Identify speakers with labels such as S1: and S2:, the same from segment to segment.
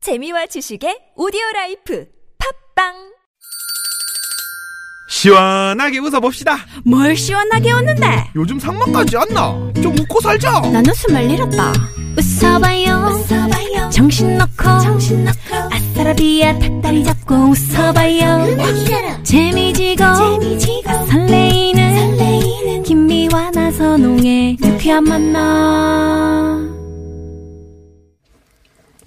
S1: 재미와 지식의 오디오 라이프 팝빵
S2: 시원하게 웃어봅시다.
S3: 뭘 시원하게 웃는데
S2: 요즘 상만까지 안 나. 좀 웃고 살자.
S3: 난 웃음을 잃었다 웃어봐요, 정신 놓고 아싸라비아 닭다리 잡고 웃어봐요 재미지고, 설레이는, 김미와 나선홍의 유쾌한 만남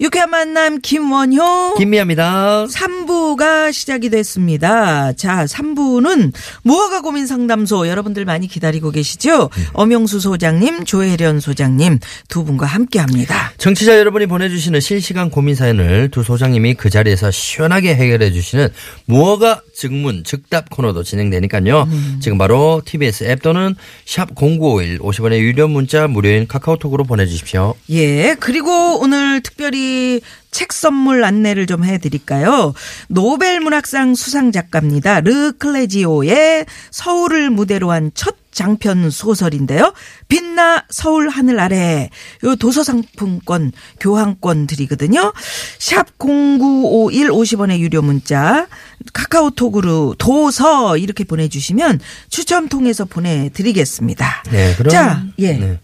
S4: 유쾌한 만남 김원효
S5: 김미아입니다.
S4: 3부가 시작이 됐습니다. 자, 3부는 무허가 고민 상담소 여러분들 많이 기다리고 계시죠? 엄영수 소장님, 조혜련 소장님 두 분과 함께 합니다.
S5: 청취자 여러분이 보내주시는 실시간 고민 사연을 두 소장님이 그 자리에서 시원하게 해결해 주시는 무허가 증문 즉답 코너도 진행되니까요.
S4: 음.
S5: 지금 바로 TBS 앱 또는 샵 0951 50원의 유료 문자 무료인 카카오톡으로 보내주십시오.
S4: 예, 그리고 오늘 특별히 책 선물 안내를 좀 해드릴까요? 노벨 문학상 수상 작가입니다. 르 클레지오의 서울을 무대로 한 첫 장편 소설인데요. 빛나 서울 하늘 아래 요 도서 상품권 교환권 드리거든요. 샵 0951 50원의 유료 문자 카카오톡으로 도서 이렇게 보내주시면 추첨 통해서 보내드리겠습니다.
S5: 네, 그럼
S4: 자, 예.
S5: 네.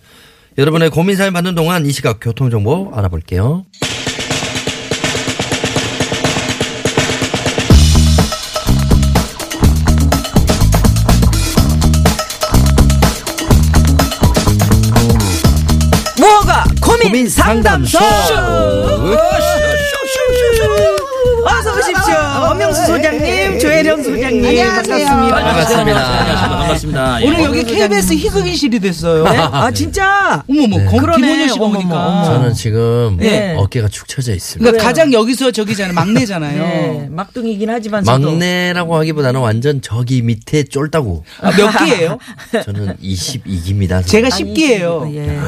S5: 여러분의 고민 사연 받는 동안 이 시각 교통 정보 알아볼게요.
S4: 뭐가 고민,
S5: 고민
S4: 상담소.
S5: 상담소.
S4: 어서 오십시오. 엄영수 소장님, 조혜령
S6: 예,
S4: 소장님. 반갑습니다.
S5: 반갑습니다.
S7: 반갑습니다.
S6: 오늘 여기 KBS 희극인실이 됐어요.
S4: 네? 아, 진짜?
S6: 어머머, 네.
S4: 그러네.
S6: 김원효 씨가
S4: 어머머,
S6: 오니까.
S4: 어머머.
S5: 저는 지금
S4: 네.
S5: 어깨가 축 처져 있습니다.
S6: 그러니까 가장 여기서 저기잖아요. 막내잖아요.
S4: 네, 막둥이긴 하지만 저도.
S5: 막내라고 하기보다는 완전 저기 밑에 쫄다고
S6: 아, 몇 개예요?
S5: 저는 22기입니다.
S6: 제가 10개예요.
S4: 예.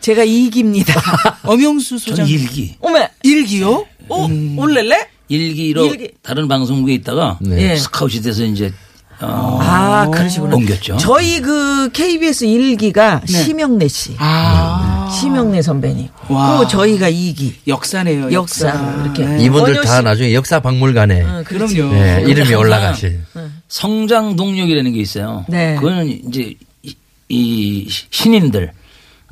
S4: 제가 이익입니다.
S6: 엄영수 소장.
S7: 저는 일기.
S4: 어메,
S6: 일기요?
S4: 어,
S6: 음.
S4: 올렐래?
S7: 일기로
S4: 일기.
S7: 다른 방송국에 있다가
S5: 네.
S4: 예.
S7: 스카웃이 돼서 이제 어,
S4: 아, 그러시구나.
S7: 옮겼죠.
S4: 저희 그 KBS 일기가 심영래 씨.
S6: 아,
S4: 심영래 선배님.
S6: 와.
S4: 또 저희가 이기
S6: 역사네요. 예.
S4: 역사. 이렇게.
S5: 이분들
S4: 원효
S5: 다
S4: 씨.
S5: 나중에 역사 박물관에
S4: 어, 그럼요.
S6: 그럼요.
S5: 네, 이름이
S7: 항상
S5: 올라가실.
S6: 어,
S7: 성장 동력이라는 게 있어요.
S4: 네.
S7: 그거는 이제 이, 이 신인들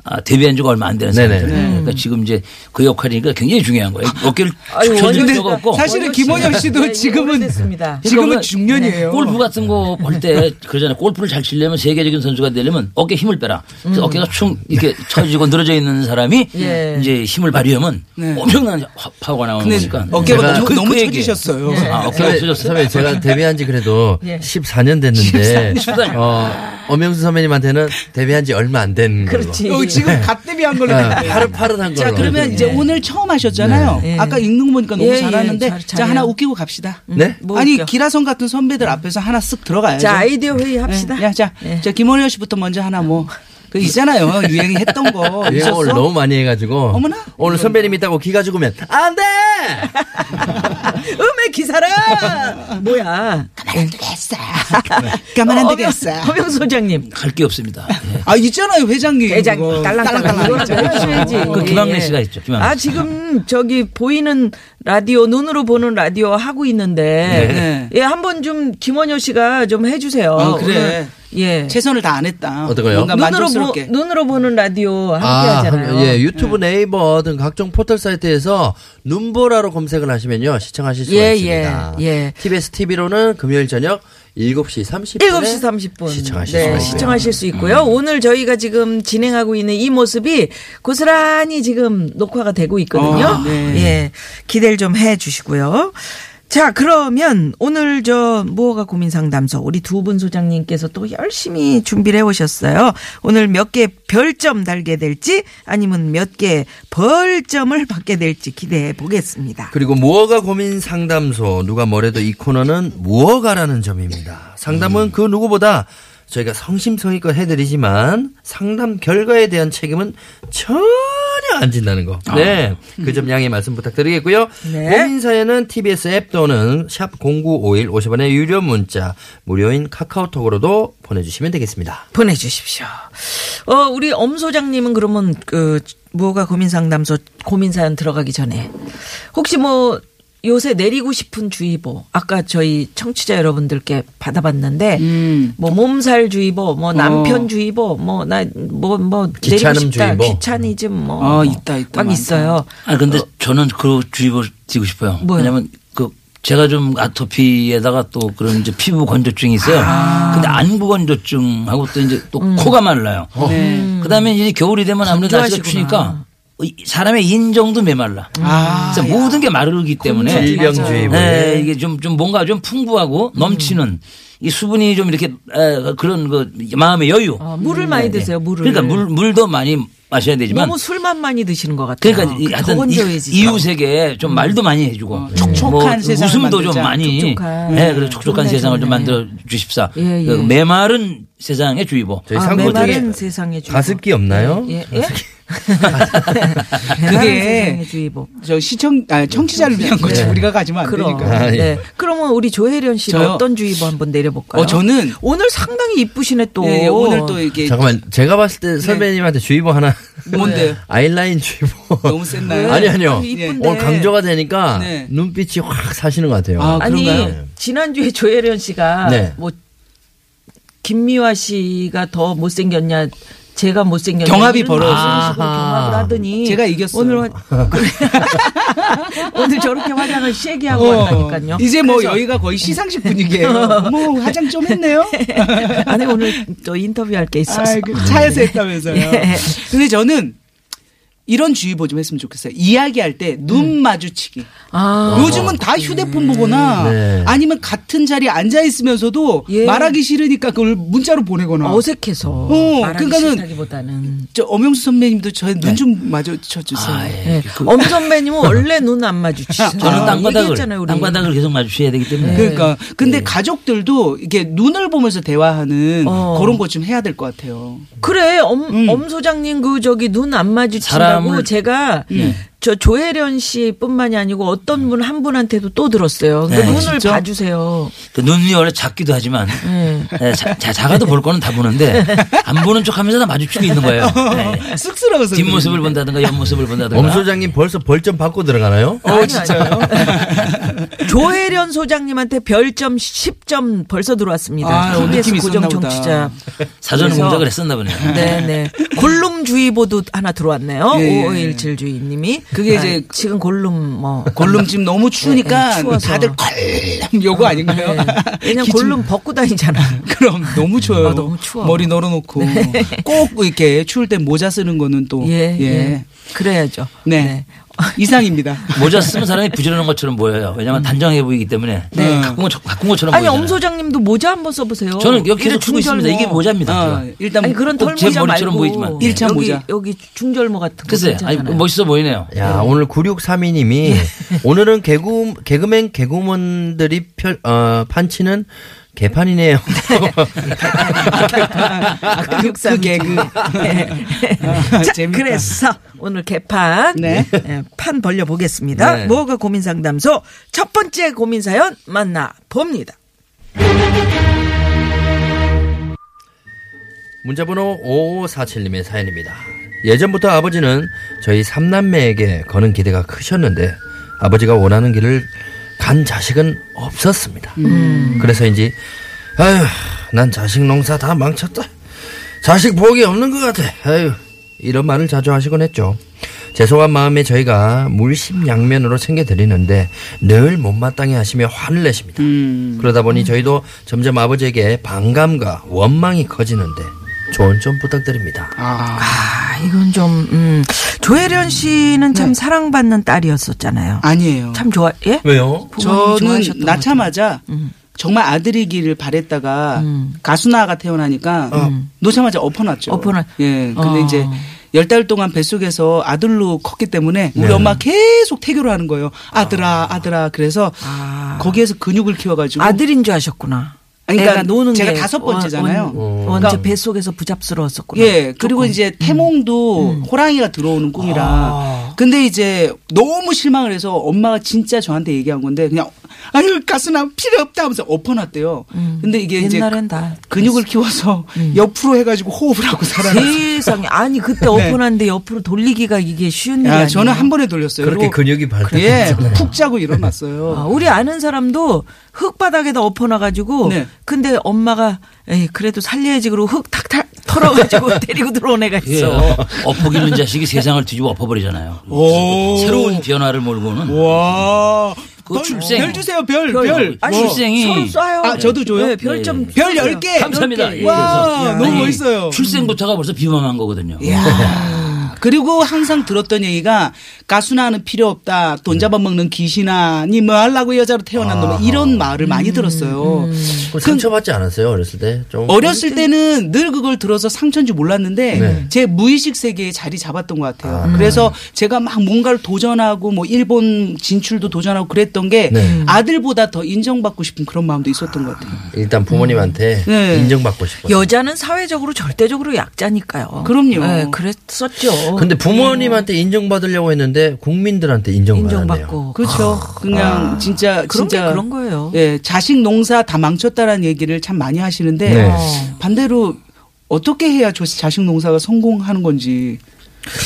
S7: 아, 데뷔한 지가 얼마 안 되는
S5: 네네.
S7: 사람들. 그러니까 지금 이제 그 역할이니까 굉장히 중요한 거예요. 어깨를
S4: 아유,
S7: 축 처질
S4: 원효
S7: 필요가 없고
S6: 사실은 김원혁 씨도 지금은
S4: 됐습니다.
S6: 지금은
S7: 그러니까
S6: 중년이에요.
S7: 골프 같은
S5: 네.
S7: 거 볼 때 그러잖아요. 골프를 잘 치려면 세계적인 선수가 되려면 어깨 힘을 빼라. 그래서 어깨가 충 이렇게 처지고 늘어져 있는 사람이
S4: 음. 예.
S7: 이제 힘을 발휘하면
S6: 네.
S7: 엄청난 화- 파워가 나오는
S6: 근데
S7: 거니까.
S6: 네. 어깨가
S7: 제가
S6: 너무,
S7: 그-
S6: 너무
S7: 그 얘기.
S6: 처지셨어요. 네.
S7: 아, 어깨가
S5: 선배,
S7: 없어졌어요.
S5: 선배 제가 데뷔한 지 그래도
S6: 예.
S5: 14년 됐는데 어, 엄영수 선배님한테는 데뷔한 지 얼마 안 된 걸로.
S4: 그렇지.
S6: 어, 지금 갓 데뷔한 걸로.
S5: 아,
S6: 됐는데.
S5: 파릇파릇한 걸로.
S6: 자, 그러면 이제 오늘 처음 하셨잖아요. 아까 읽는 거 보니까 너무
S4: 예, 예,
S6: 잘하는데. 음.
S4: 잘-
S6: 자,
S4: 잘해요.
S6: 하나 웃기고 갑시다.
S5: 네?
S4: 뭐
S6: 아니,
S4: 웃겨.
S6: 기라성 같은 선배들 앞에서 하나 쓱 들어가야죠.
S4: 자, 아이디어 회의 합시다.
S6: 예, 야, 자,
S4: 예.
S6: 자 김원효 씨부터 먼저 하나 뭐. 그 있잖아요. 유행이 했던 거.
S5: 예,
S6: 있었어?
S5: 오늘 너무 많이 해가지고
S6: 어머나.
S5: 오늘 선배님 있다고 기가 죽으면 안 돼.
S4: 음의 기사라! 뭐야.
S6: 가만 안 되겠어. 가만 안 되겠어.
S4: 허병 소장님.
S7: 할 게 없습니다. 예.
S6: 아, 있잖아요. 회장님.
S4: 대장
S6: 그거.
S4: 딸랑딸랑 이거는 뭐 해줘야지.
S7: 그 김학래 씨가 있죠. 김학래
S4: 예, 아 지금 저기 보이는 라디오 눈으로 보는 라디오 하고 있는데
S6: 네.
S4: 예 한 번 좀 김원효 씨가 좀 해주세요.
S6: 어, 그래.
S4: 오늘, 예.
S6: 네. 최선을 다 안 했다.
S5: 어떤 거요?
S6: 뭔가
S4: 눈으로 보,
S6: 만족스럽게.
S4: 눈으로 보는 라디오 함께 하잖아요. 음.
S5: 한- 예, 유튜브 네이버 등 각종 포털 사이트에서 눈보라로 검색을 하시면요. 시청하실 수가
S4: 예,
S5: 있습니다.
S4: 예, 예.
S5: TBS TV로는 금요일 저녁 7시 30분에
S4: 7시 30분
S5: 시청하실
S4: 네,
S5: 수가 있고요. 음.
S4: 시청하실 수 있고요. 오늘 저희가 지금 진행하고 있는 이 모습이 고스란히 지금 녹화가 되고 있거든요.
S5: 아,
S6: 어, 네.
S4: 예. 기대를 좀 해 주시고요. 자, 그러면 오늘 저 무허가 고민 상담소 우리 두 분 소장님께서 또 열심히 준비를 해 오셨어요. 오늘 몇 개 별점 달게 될지 아니면 몇 개 벌점을 받게 될지 기대해 보겠습니다.
S5: 그리고 무허가 고민 상담소 누가 뭐래도 이 코너는 무허가라는 점입니다. 상담은
S4: 음.
S5: 그 누구보다 저희가 성심성의껏 해드리지만 상담 결과에 대한 책임은 전혀 안 진다는 거. 네. 그 점 양해 말씀 부탁드리겠고요.
S4: 아. 음. 네.
S5: 고민 사연은 TBS 앱 또는 샵 0951 50원의 유료 문자 무료인 카카오톡으로도 보내주시면 되겠습니다.
S4: 보내주십시오. 어, 우리 엄 소장님은 그러면 그
S8: 무허가 고민 상담소
S4: 고민 사연 들어가기 전에 혹시 뭐 요새 내리고 싶은 주의보 아까 저희 청취자 여러분들께 받아봤는데
S6: 음.
S4: 뭐 몸살 주의보 뭐 남편
S6: 어.
S4: 주의보 뭐 나 뭐 뭐 내리고
S5: 귀찮음
S4: 싶다
S5: 주의보.
S4: 귀차니즘 뭐
S6: 어, 있다, 있다,
S4: 막
S6: 많다.
S4: 있어요
S7: 아 근데 저는 그 주의보 드리고 싶어요.
S4: 뭐요?
S7: 왜냐면 그 제가 좀 아토피에다가 또 그런 이제 피부 건조증이 있어요.
S4: 아.
S7: 근데 안구 건조증하고 또 이제
S4: 음.
S7: 또 코가 말라요. 그다음에 이제 겨울이 되면 아무래도 날씨가
S4: 어. 네. 건조하시구나.
S7: 추니까 이 사람의 인정도 메말라.
S6: 아,
S7: 그래서 모든 게 마르기 때문에
S5: 질병주의보. 뭐.
S7: 네, 이게 좀, 좀 뭔가 좀 풍부하고 넘치는
S4: 음.
S7: 이 수분이 좀 이렇게 에, 그런 그 마음의 여유.
S4: 어, 물을 많이 드세요 물을
S7: 그러니까 물, 물도 많이 마셔야 되지만
S4: 너무 술만 많이 드시는 것 같아요
S7: 그러니까 이
S4: 더
S7: 하여튼
S4: 건조해지죠. 어,
S7: 이, 웃에게좀 말도 많이 해주고 뭐
S6: 촉촉한 세상을
S7: 웃음도 좀
S6: 만들자.
S7: 많이
S4: 촉촉한.
S7: 예, 그래 촉촉한
S4: 좋네,
S7: 세상을 좀
S4: 좋네.
S7: 만들어 주십사.
S4: 예, 예.
S7: 그 메마른 세상의 주의보.
S5: 저희
S4: 아,
S5: 상고 중에
S4: 메마른 세상에 주의보
S5: 가습기 없나요? 아,
S4: 예, 예?
S6: 그게-
S4: 그게 주의보.
S6: 저 시청, 아, 청취자를 위한 거지.
S5: 네.
S6: 우리가 가지면 안
S4: 네. 그럼.
S6: 되니까. 어,
S5: 아, 예.
S4: 네. 그러면 우리 조혜련 씨는
S6: 그러니까. 저요?
S4: 어떤 주의보 한번 내려볼까요?
S6: 어, 저는-
S4: 오늘 상당히 이쁘시네 또.
S6: 예, 예, 오늘 또 이게
S5: 잠깐만 제가 봤을 때 선배님한테 주의보 하나
S6: 뭔데요?
S5: 아이라인 주의보
S6: 너무 센나요?
S5: 아니 아니요
S4: 네. 이쁜데.
S5: 오늘 강조가 되니까
S6: 네.
S5: 눈빛이 확 사시는 것 같아요
S6: 아,
S4: 아니
S6: 그런가요?
S4: 지난주에 조혜련 씨가
S5: 네.
S4: 뭐 김미화 씨가 더 못생겼냐 제가 못생겼냐
S6: 경합이
S4: 이런
S6: 벌어졌어요.
S4: 말씀을 하시고 경합을 하더니
S6: 제가 이겼어요.
S4: 오늘 화- 오늘 저렇게 화장을 세게 하고 왔다니까요.
S6: 어. 이제 뭐
S4: 그래서- 어.
S6: 여기가 거의 시상식 분위기예요. 뭐 화장 좀 했네요.
S4: 아니 오늘 또 인터뷰할 게 있어서
S6: 아, 그 차에서 했다면서요.
S4: 네.
S6: 근데 저는 이런 주의보 좀 했으면 좋겠어요. 이야기할 때 눈 마주치기.
S4: 음. 아, 음.
S6: 요즘은 다 휴대폰 보거나
S5: 네.
S6: 아니면 같은 자리에 앉아 있으면서도
S4: 예.
S6: 말하기 싫으니까 그걸 문자로 보내거나.
S4: 어색해서
S6: 어,
S4: 말하기
S6: 그러니까는-
S4: 싫다기보다는
S6: 저 엄영수 선배님도 저의 눈 좀 마주쳐 주세요.
S7: 아, 예.
S4: 네. 엄 선배님은 원래 눈 안 마주치시죠.
S7: 저는 땅바닥을
S4: 얘기했잖아요, 우리. 네.
S7: 땅바닥을 계속 마주쳐야 되기 때문에
S6: 그러니까 근데 가족들도 이렇게 눈을 보면서 대화하는
S4: 어.
S6: 그런 거 좀 해야 될 것 같아요.
S4: 그래 엄,
S6: 음.
S4: 엄 소장님 그 저기 눈 안 마주친다고
S7: 사람을- 예.
S4: 제가 저 조혜련 씨뿐만이 아니고 어떤 분 한 분한테도 또 들었어요. 근데
S7: 네.
S4: 눈을 봐주세요.
S7: 그 눈이 원래 작기도 하지만
S4: 네.
S7: 예, 자, 자- 작아도 볼 거는 다 보는데 안 보는 척하면서 다 마주치고 있는 거예요. 예.
S6: 쑥스러워서.
S7: 뒷모습을 본다든가 옆모습을 본다든가.
S5: 엄 소장님 벌써 벌점 받고 들어가나요?
S4: 어, 진짜요? 조혜련 소장님한테 별점 10점 벌써 들어왔습니다.
S6: 아, 어,
S4: KBS
S6: 느낌이
S4: 고정
S6: 있었나 보다.
S4: 청취자.
S7: 사전
S4: 그래서-
S7: 공작을 했었나 보네요.
S4: 네네. 골룸 주의보도 하나 들어왔네요.
S6: 예, 예.
S4: 5517 주인님이.
S7: 네.
S6: 그게
S4: 아,
S6: 이제
S4: 지금 골룸 뭐.
S6: 골룸 지금 너무
S4: 네,
S6: 추우니까
S4: 추워서.
S6: 다들 콜 요거 아닌가요?
S4: 네. 왜냐면
S6: 기침.
S4: 골룸 벗고 다니잖아.
S6: 그럼 너무 추워요.
S4: 아, 너무 추워.
S6: 머리 널어놓고 꼭 이렇게 추울 때 모자 쓰는 거는 또
S4: 예,
S6: 예.
S4: 예. 그래야죠.
S6: 네. 이상입니다.
S7: 모자 쓰면 사람이 부지런한 것처럼 보여요. 왜냐면 단정해 보이기 때문에 음,
S6: 네.
S7: 가꾼 것 가꾼 것처럼
S4: 아니
S7: 보이잖아요.
S4: 엄 소장님도 모자 한번 써보세요.
S7: 저는 여기를
S4: 계속
S7: 주고 있습니다.
S4: 중절모.
S7: 이게 모자입니다.
S6: 아, 일단
S4: 아니 그런
S7: 꼭
S4: 털
S7: 제
S4: 모자
S7: 머리처럼
S4: 말고
S7: 보이지만. 예.
S6: 일차
S4: 여기,
S6: 모자.
S4: 여기 중절모 같은 거
S7: 글쎄, 아니, 뭐
S4: 괜찮잖아요.
S7: 멋있어 보이네요.
S5: 야 오늘 9632님이
S6: 네.
S5: 오늘은 개구 개그맨 개구먼들이 펼, 어, 판치는 개판이네요.
S4: 아,
S6: 그 개그.
S4: 네. 자,
S6: 재밌다.
S4: 그래서 오늘 개판
S6: 네.
S4: 예, 판 벌려 보겠습니다.
S5: 네.
S4: 무허가 고민 상담소 첫 번째 고민 사연 만나 봅니다.
S5: 문자번호 5547님의 사연입니다. 예전부터 아버지는 저희 삼남매에게 거는 기대가 크셨는데 아버지가 원하는 길을 간 자식은 없었습니다. 그래서인지 아휴 난 자식 농사 다 망쳤다. 자식 복이 없는 것 같아. 아휴 이런 말을 자주 하시곤 했죠. 죄송한 마음에 저희가 물심양면으로 챙겨드리는데 늘 못마땅해 하시며 화를 내십니다.
S6: 음.
S5: 그러다 보니 저희도 점점 아버지에게 반감과 원망이 커지는데 조언 좀 부탁드립니다.
S4: 아 이건 좀 음. 조혜련 씨는 참 사랑받는 딸이었었잖아요.
S6: 네. 아니에요.
S4: 참 좋아 예?
S5: 왜요?
S4: 부모님이
S6: 저는
S4: 좋아하셨던 음.
S6: 낳자마자 정말 아들이기를 바랬다가 가수나가 태어나니까 놓자마자 엎어놨죠.
S4: 음. 엎어놨-
S6: 예. 근데
S4: 어.
S6: 이제 열 달 동안 뱃속에서 아들로 컸기 때문에 우리 엄마 계속 태교를 하는 거예요. 아들아, 아들아. 그래서
S4: 아.
S6: 거기에서 근육을 키워가지고
S4: 아들인 줄 아셨구나.
S6: 아니,
S4: 애가
S6: 그러니까 제가
S4: 게
S6: 다섯 번째잖아요. 어. 그러니까
S4: 원- 원- 원체 뱃속에서 부잡스러웠었구나.
S6: 예, 그리고 이제
S4: 음.
S6: 태몽도 호랑이가 들어오는
S4: 아.
S6: 꿈이라. 근데 이제 너무 실망을 해서 엄마가 진짜 저한테 얘기한 건데 그냥 아유 가스나 필요 없다 하면서 엎어놨대요. 근데 이게 이제
S4: 음. 옛날엔 다
S6: 근육을 키워서
S7: 음.
S6: 옆으로 해가지고 호흡을 하고 살아났어요.
S4: 세상에 아니 그때
S6: 네.
S4: 엎어놨는데 옆으로 돌리기가 이게 쉬운
S7: 네.
S4: 일이
S6: 야,
S4: 아니에요.
S6: 저는 한 번에 돌렸어요.
S5: 그렇게
S6: 그리고
S5: 근육이
S6: 예,
S5: 발달했잖아요.
S6: 푹 자고 일어났어요.
S4: 아, 우리 아는 사람도 흙 바닥에다 엎어놔가지고
S6: 네.
S4: 근데 엄마가 에이, 그래도 살려야지 그러고 흙탁 탁 털어가지고 데리고 들어온 애가
S7: 예.
S4: 있어.
S7: 엎어기 있는 자식이 세상을 뒤집어 엎어버리잖아요.
S6: 오.
S7: 새로운 변화를 몰고는
S6: 와.
S7: 아, 그거
S6: 별,
S7: 출생.
S6: 별 주세요, 별,
S7: 별.
S6: 별. 뭐.
S7: 아니,
S4: 뭐
S6: 와.
S7: 출생이
S4: 서로 쏴요.
S6: 아, 저도 줘요?
S4: 네, 별점
S7: 예,
S6: 별 10개.
S7: 감사합니다. 예,
S6: 와,
S7: 그래서.
S6: 너무 멋있어요.
S7: 출생부터가 벌써 비범한 거거든요.
S6: 아, 그리고 항상 들었던 얘기가 가수나는 필요 없다.
S5: 음.
S6: 돈 잡아먹는 귀신아. 니 뭐 하려고 여자로 태어난 놈. 이런 말을
S7: 음,
S6: 많이 들었어요.
S5: 그럼 상처받지 않았어요 어렸을 때? 좀
S6: 어렸을 때는 늘 그걸 들어서 상처인지 몰랐는데
S5: 네.
S6: 제 무의식 세계에 자리 잡았던 것 같아요. 그래서 제가 막 뭔가를 도전하고 뭐 일본 진출도 도전하고 그랬던 게
S5: 네.
S6: 아들보다 더 인정받고 싶은 그런 마음도 있었던 것 같아요.
S5: 일단 부모님한테
S6: 네.
S5: 인정받고 싶어요.
S4: 여자는 사회적으로 절대적으로 약자니까요.
S6: 그럼요.
S4: 예, 그랬었죠.
S5: 근데 부모님한테 인정받으려고 했는데 국민들한테 인정받았네요.
S4: 인정받고
S6: 그렇죠. 그냥
S5: 아.
S6: 진짜
S4: 그런 게
S6: 진짜
S4: 그런 거예요.
S6: 예, 자식 농사 다 망쳤다라는 얘기를 참 많이 하시는데
S5: 네.
S4: 어.
S6: 반대로 어떻게 해야 저 자식 농사가 성공하는 건지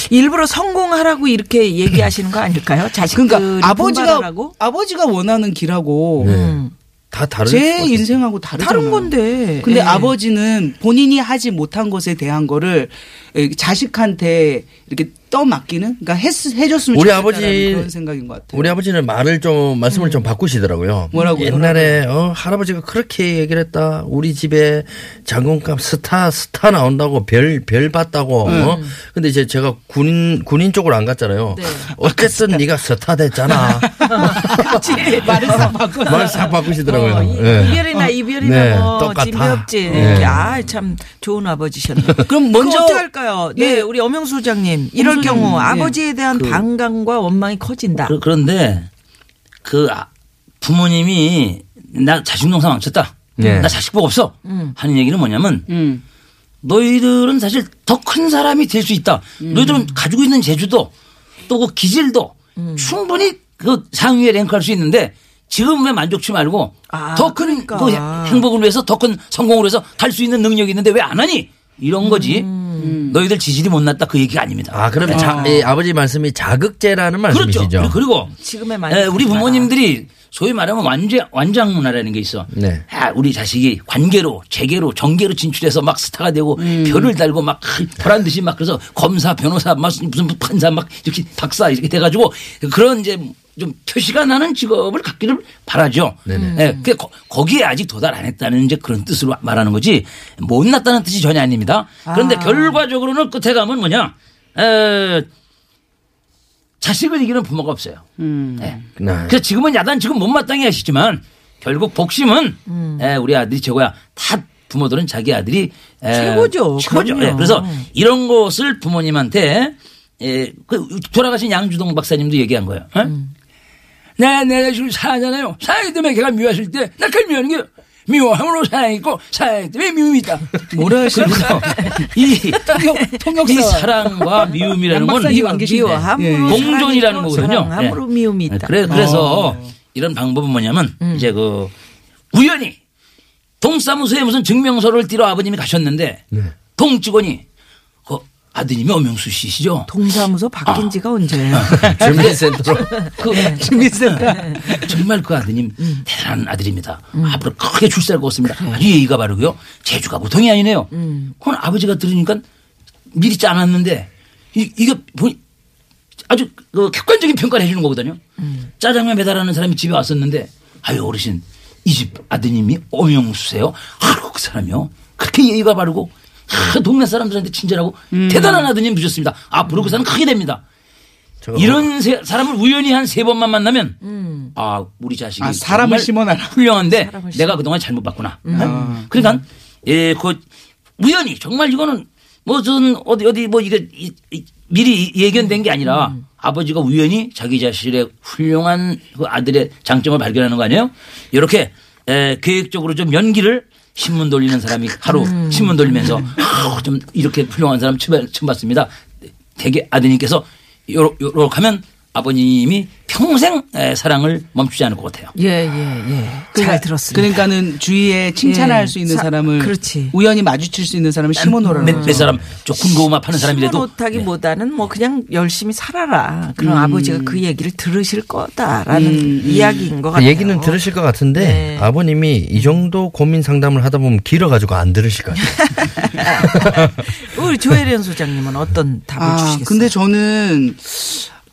S4: 일부러 성공하라고 이렇게 얘기하시는 거 아닐까요? 자식들
S6: 그러니까 아버지가
S4: 하고 음,
S6: 아버지가 원하는 길하고
S5: 네. 다 다른
S6: 제
S5: 것
S6: 인생하고 다르잖아요.
S4: 다른 건데.
S6: 그렇죠. 근데
S4: 예.
S6: 아버지는 본인이 하지 못한 것에 대한 거를 에, 자식한테 이렇게 떠맡기는 그러니까 했, 해줬으면
S5: 우리
S6: 좋겠다라는
S5: 아버지-
S6: 그런 생각인 것 같아요. 음.
S5: 우리 아버지는 말을 좀 말씀을 좀 바꾸시더라고요.
S6: 뭐라고요?
S5: 옛날에 어, 할아버지가 그렇게 얘기를 했다. 우리 집에 장군감 스타 스타 나온다고 별 별 봤다고.
S6: 음.
S5: 어? 근데 이제 제가 군인 군인 쪽으로 안 갔잖아요.
S6: 네.
S5: 어쨌든 네가 스타 됐잖아.
S6: 말을 싹 바꿔.
S5: 말싹 바꾸시더라고요.
S4: 어, 이-
S5: 예.
S6: 아,
S4: 이별이나 이별이나
S5: 네,
S4: 뭐
S5: 똑같아.
S4: 진배업진
S5: 네.
S4: 아참 좋은 아버지셨네.
S6: 그럼
S4: 먼저
S6: 먼저
S4: 어떻게 할까요? 네,
S6: 예. 그
S4: 우리 엄영수 소장님 이럴
S7: 엄수
S4: 경우
S7: 소장님, 예.
S4: 아버지에 대한 반감과 원망이 커진다.
S7: 그, 런데그 아- 부모님이 나 자식 농사 망쳤다.
S4: 예.
S5: 네.
S7: 나 자식 복 없어.
S4: 음.
S7: 하는 얘기는 뭐냐면
S6: 음.
S7: 너희들은 사실 더 큰 사람이 될 수 있다.
S4: 음.
S7: 너희들은 가지고 있는 재주도 또 그 기질도
S4: 음.
S7: 충분히 그 상위에 랭크할 수 있는데 지금 왜 만족치 말고
S4: 아,
S7: 더 큰
S4: 그러니까.
S7: 행복을 위해서 더 큰 성공을 위해서 갈 수 있는 능력이 있는데 왜 안 하니? 이런 거지.
S4: 음.
S7: 너희들 지질이 못났다 그 얘기가 아닙니다.
S5: 아, 그러면
S6: 어.
S5: 자, 이 아버지 말씀이 자극제라는 말씀이시죠?
S7: 그렇죠. 그리고
S4: 지금의
S7: 예,
S4: 만족이
S7: 우리
S4: 많아.
S7: 부모님들이 소위 말하면 완제, 완장 문화라는 게 있어.
S5: 네.
S7: 아, 우리 자식이 관계로, 재계로, 정계로 진출해서 막 스타가 되고
S4: 음.
S7: 별을 달고 막 보란 듯이 막 그래서 검사, 변호사, 막 무슨 판사 막 이렇게 박사 이렇게 돼가지고 그런 이제 좀 표시가 나는 직업을 갖기를 바라죠. 예, 그 거, 기에 아직 도달 안 했다는 이제 그런 뜻으로 말하는 거지 못 났다는 뜻이 전혀 아닙니다. 그런데 결과적으로는 끝에 가면 뭐냐? 에, 자식을 이기는 부모가 없어요. 예.
S5: 네.
S7: 그래서 지금은 야단 지금 못마땅해 하시지만 결국 복심은 에, 우리 아들이 최고야. 다 부모들은 자기 아들이 에,
S4: 최고죠.
S7: 최고죠.
S4: 그럼요.
S7: 예, 그래서 이런 것을 부모님한테 에, 그 돌아가신 양주동 박사님도 얘기한 거예요. 어? 내, 내 지금 사잖아요. 사랑이 때문에 걔가 미워하실 때, 나 그걸 미워하는 게, 미워함으로 사랑이 있고, 사랑이 때문에 미움이 있다. 뭐라 하시면서, 이,
S6: 통역사.
S7: 이 사랑과 미움이라는 건,
S6: 박사님 안 계신데.
S4: 미워함으로
S6: 예.
S7: 공존이라는
S4: 사랑이고
S7: 거거든요.
S4: 사랑함으로
S7: 예.
S4: 미움이 있다. 어. 음.
S7: 그래, 그래서 이런 방법은 뭐냐면 이제 그 우연히 동사무소에 무슨 증명서를 띠러 아버님이 가셨는데 동 직원이 그 아드님이 엄영수 씨시죠?
S4: 동사무소
S6: 아.
S4: 바뀐 지가 언제예요?
S6: 그렇죠.
S5: 주민센터로.
S7: 그
S4: 네.
S7: 정말 그 아드님
S4: 음.
S7: 대단한 아들입니다. 앞으로 크게 출세할 것 같습니다. 아주 예의가 바르고요. 재주가 보통이 아니네요.
S4: 음.
S7: 그건 아버지가 들으니까 미리 짜놨는데 이, 이게 보니 아주 그 객관적인 평가를 해주는 거거든요. 짜장면 배달하는 사람이 집에 왔었는데 아유 어르신 이 집 아드님이 엄영수세요. 한국 사람이요. 그렇게 예의가 바르고 아, 동네 사람들한테 친절하고 대단한 아드님 두셨습니다. 앞으로 그 사람 크게 됩니다. 이런 세- 사람을 우연히 한 세 번만 만나면 아 우리 자식이
S6: 아, 사람을
S7: 정말
S6: 심어놔라.
S7: 훌륭한데 내가 그동안 잘못 봤구나. 어? 그러니까 예, 그 우연히 정말 이거는 뭐든 어디 어디 뭐 이게 이- 이- 미리 예견된 게 아니라 아버지가 우연히 자기 자신의 훌륭한 그 아들의 장점을 발견하는 거 아니에요? 이렇게 에, 계획적으로 좀 연기를 신문 돌리는 사람이 하루 신문 돌리면서 아우, 좀 이렇게 훌륭한 사람 처음 처음 봤습니다. 대개 아드님께서 요렇게 하면 아버님이 평생 에, 사랑을 멈추지 않을 것 같아요.
S4: 예, 예, 예. 잘 들었습니다.
S6: 그러니까 그러니까는 주위에 칭찬할
S4: 예.
S6: 수 있는
S4: 사-
S6: 사람을
S4: 그렇지.
S6: 우연히 마주칠 수 있는 사람을 심어놓으라.
S7: 몇, 몇 사람 조금 고구마 파는 사람이라도 네.
S4: 못하기보다는 그렇죠. 뭐 그냥 열심히 살아라. 그럼 아버지가 그 얘기를 들으실 거다라는 이야기인 것
S5: 그
S4: 같아요.
S5: 얘기는 들으실 것 같은데
S4: 네.
S5: 아버님이 이 정도 고민 상담을 하다 보면 길어가지고 안 들으실 것 같아요.
S4: 우리 조혜련 소장님은 어떤 답을
S6: 아,
S4: 주시겠어요?
S6: 근데 저는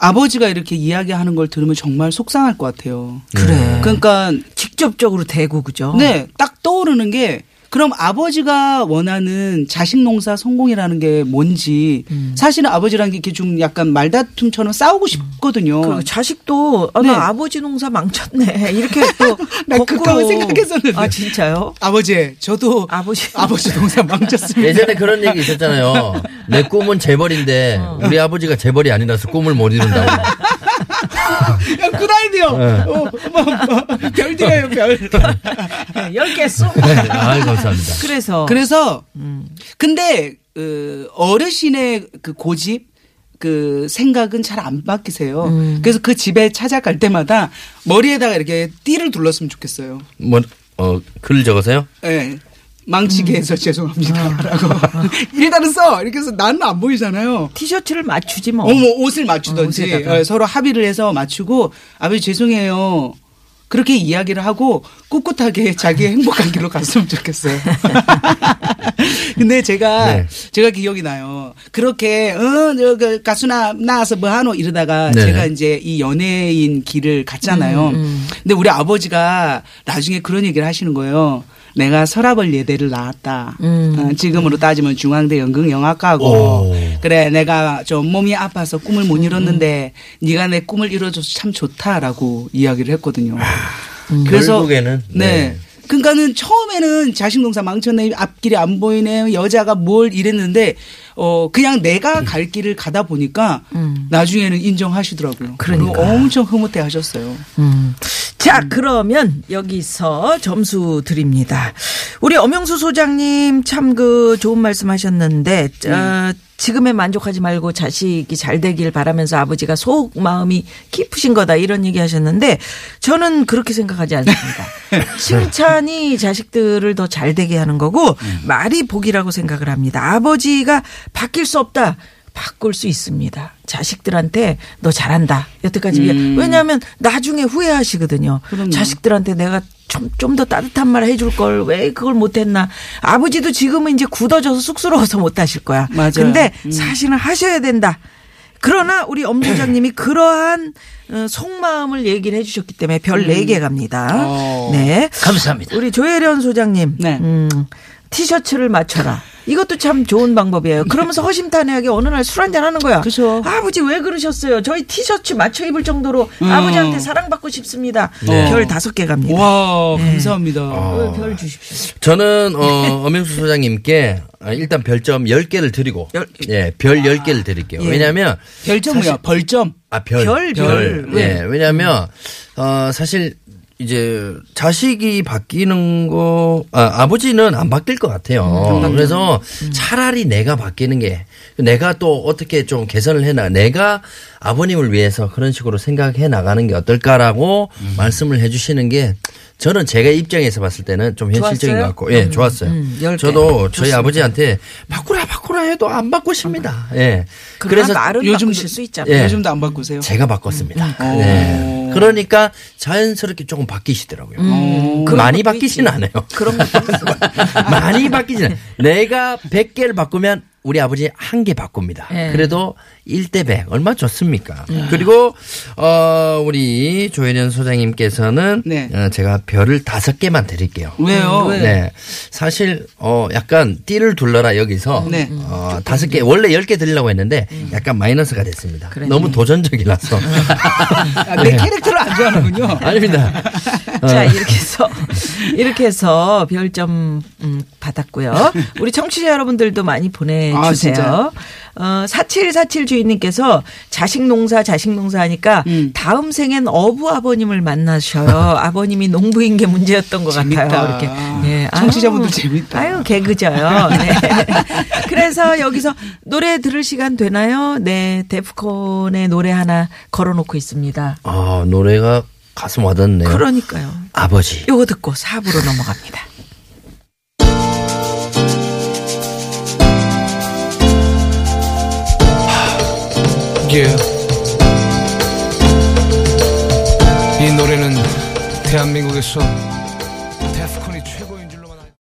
S6: 아버지가 이렇게 이야기하는 걸 들으면 정말 속상할 것 같아요.
S4: 그래.
S6: 그러니까
S4: 네. 직접적으로 대고 그죠?
S6: 네, 딱 떠오르는 게 그럼 아버지가 원하는 자식 농사 성공이라는 게 뭔지
S4: 음.
S6: 사실은 아버지라는 게 이렇게 좀 약간 말다툼처럼 싸우고 싶거든요.
S4: 그리고 자식도 아,
S6: 어. 네.
S4: 나 아버지 농사 망쳤네 이렇게 또
S6: 나
S4: 거꾸로.
S6: 그거 생각했었는데.
S4: 아 진짜요?
S6: 아버지, 저도
S4: 아버지.
S6: 아버지 동생 망쳤습니다.
S5: 예전에 그런 얘기 있었잖아요. 내 꿈은 재벌인데
S4: 어.
S5: 우리 아버지가 재벌이 아니라서 꿈을 못 이룬다고.
S6: 야, 굿 아이디어. 어, 뭐, 뭐, 별들이에요, 별.
S4: 열개 쏙.
S5: 아 감사합니다.
S4: 그래서
S6: 그래서
S4: 음.
S6: 근데 그 어르신의 그 고집 그 생각은 잘 안 바뀌세요.
S4: 음.
S6: 그래서 그 집에 찾아갈 때마다 머리에다가 이렇게 띠를 둘렀으면 좋겠어요.
S5: 뭐, 어, 글 적으세요?
S6: 예. 망치게
S4: 음.
S6: 해서
S4: 아.
S6: 죄송합니다. 라고. 일단은 써! 이렇게 해서 나는 안 보이잖아요.
S4: 티셔츠를 맞추지 뭐.
S6: 어머, 옷을 맞추던지.
S4: 어, 옷에다가.
S6: 예, 서로 합의를 해서 맞추고, 아버지 죄송해요. 그렇게 이야기를 하고 꿋꿋하게 자기의 행복한 길로 갔으면 좋겠어요. 근데 제가
S5: 네.
S6: 제가 기억이 나요. 그렇게 어그 가수나 나와서 뭐 하노 이러다가
S5: 네네.
S6: 제가 이제 이 연예인 길을 갔잖아요. 근데 우리 아버지가 나중에 그런 얘기를 하시는 거예요. 내가 서라벌 예대를 나왔다. 어, 지금으로 따지면 중앙대 연극영화과고.
S5: 오.
S6: 그래 내가 좀 몸이 아파서 꿈을 못 이뤘는데 네가 내 꿈을 이뤄줘서 참 좋다라고 이야기를 했거든요.
S5: 아. 결국에는,
S6: 네.
S5: 네.
S6: 그러니까는 처음에는 자식 농사 망쳤네 앞길이 안 보이네 여자가 뭘 이랬는데 어 그냥
S5: 음.
S6: 내가 갈 길을 가다 보니까
S4: 음.
S6: 나중에는 인정하시더라고요. 그러니까 엄청 흐뭇해 하셨어요.
S4: 음. 자, 그러면 여기서 점수 드립니다. 우리 엄영수 소장님 참 그 좋은 말씀 하셨는데, 어, 지금에 만족하지 말고 자식이 잘 되길 바라면서 아버지가 속 마음이 깊으신 거다 이런 얘기 하셨는데, 저는 그렇게 생각하지 않습니다. 칭찬이 자식들을 더 잘 되게 하는 거고, 말이 복이라고 생각을 합니다. 아버지가 바뀔 수 없다. 바꿀 수 있습니다. 자식들한테 너 잘한다. 여태까지 음. 왜냐하면 나중에 후회하시거든요. 자식들한테 내가 좀 좀 더 따뜻한 말 해줄 걸 왜 그걸 못했나. 아버지도 지금은 이제 굳어져서 쑥스러워서 못하실 거야.
S6: 맞아요. 음.
S4: 근데 사실은 하셔야 된다. 그러나 우리 엄 소장님이 그러한 어, 속마음을 얘기를 해주셨기 때문에 별 네 개 갑니다.
S6: 음. 어.
S4: 네.
S7: 감사합니다.
S4: 우리 조혜련 소장님.
S6: 네.
S4: 음, 티셔츠를 맞춰라. 이것도 참 좋은 방법이에요. 그러면서 허심탄회하게 어느 날 술 한잔 하는 거야.
S6: 그죠.
S4: 아버지 왜 그러셨어요? 저희 티셔츠 맞춰 입을 정도로
S6: 음.
S4: 아버지한테 사랑받고 싶습니다.
S5: 네.
S4: 별 다섯 개 갑니다.
S6: 와
S5: 음.
S6: 감사합니다.
S5: 아.
S4: 어, 별 주십시오.
S5: 저는, 어, 엄영수 소장님께 아, 일단 별점 10개를 드리고,
S4: 열- 예.
S5: 예, 별 10개를 드릴게요. 왜냐면,
S6: 별점이야 벌점.
S5: 아, 별.
S4: 별, 별. 네.
S5: 예, 왜냐면, 어, 사실, 이제, 자식이 바뀌는 거, 아, 아버지는 안 바뀔 것
S4: 음,
S5: 같아요. 그래서 차라리 내가 바뀌는 게, 내가 또 어떻게 좀 개선을 해나, 내가 아버님을 위해서 그런 식으로 생각해 나가는 게 어떨까라고
S4: 음.
S5: 말씀을 해 주시는 게, 저는 제가 입장에서 봤을 때는 좀 현실적인
S4: 좋았어요?
S5: 것 같고, 예, 좋았어요.
S4: 음, 열 개.
S5: 저도 저희 아버지한테 바꾸라, 바꾸라 해도 안 바꾸십니다. 예.
S4: 아, 그래서 말은
S6: 요즘 네.
S4: 요즘 바꾸실 수 있잖아요.
S5: 예.
S6: 요즘도 안 바꾸세요?
S5: 제가 바꿨습니다.
S6: 음.
S5: 네.
S6: 오.
S5: 그러니까 자연스럽게 조금 바뀌시더라고요.
S6: 어.
S4: 음,
S5: 음.
S4: 그런
S5: 많이
S4: 것도
S5: 바뀌진
S4: 있지.
S5: 않아요.
S4: 그런 것도
S5: 많이 바뀌진 않아요. 내가 100개를 바꾸면 우리 아버지 한 개 바꿉니다.
S4: 예.
S5: 그래도 1대 100 얼마 좋습니까?
S4: 네.
S5: 그리고 어 우리 조혜련 소장님께서는
S6: 네.
S5: 어, 제가 별을 다섯 개만 드릴게요.
S6: 왜요?
S5: 네. 사실, 어, 약간 띠를 둘러라 여기서.
S6: 네.
S5: 어, 다섯 개, 원래 열 개 드리려고 했는데 약간 마이너스가 됐습니다. 너무 도전적이라서. 네.
S6: 아, 내 캐릭터를 안 좋아하는군요.
S5: 아닙니다.
S4: 자, 이렇게 해서, 이렇게 해서 별점, 음, 받았고요. 우리 청취자 여러분들도 많이
S6: 아,
S4: 보내주세요.
S6: 진짜요?
S4: 어, 4747 주인님께서 자식 농사, 자식 농사 하니까 다음 생엔 어부 아버님을 만나셔요. 아버님이 농부인 게 문제였던 것
S6: 재밌다.
S4: 같아요. 이렇게. 예,
S6: 청취자분들
S4: 아유,
S6: 재밌다.
S4: 아유, 개그져요. 네. 그래서 여기서 노래 들을 시간 되나요? 네, 데프콘의 노래 하나 걸어놓고 있습니다.
S5: 아, 노래가 가슴 와닿네요.
S4: 그러니까요.
S5: 아버지.
S4: 요거 듣고 4부로 넘어갑니다.
S9: 이 노래는 대한민국에서 데프콘이 최고인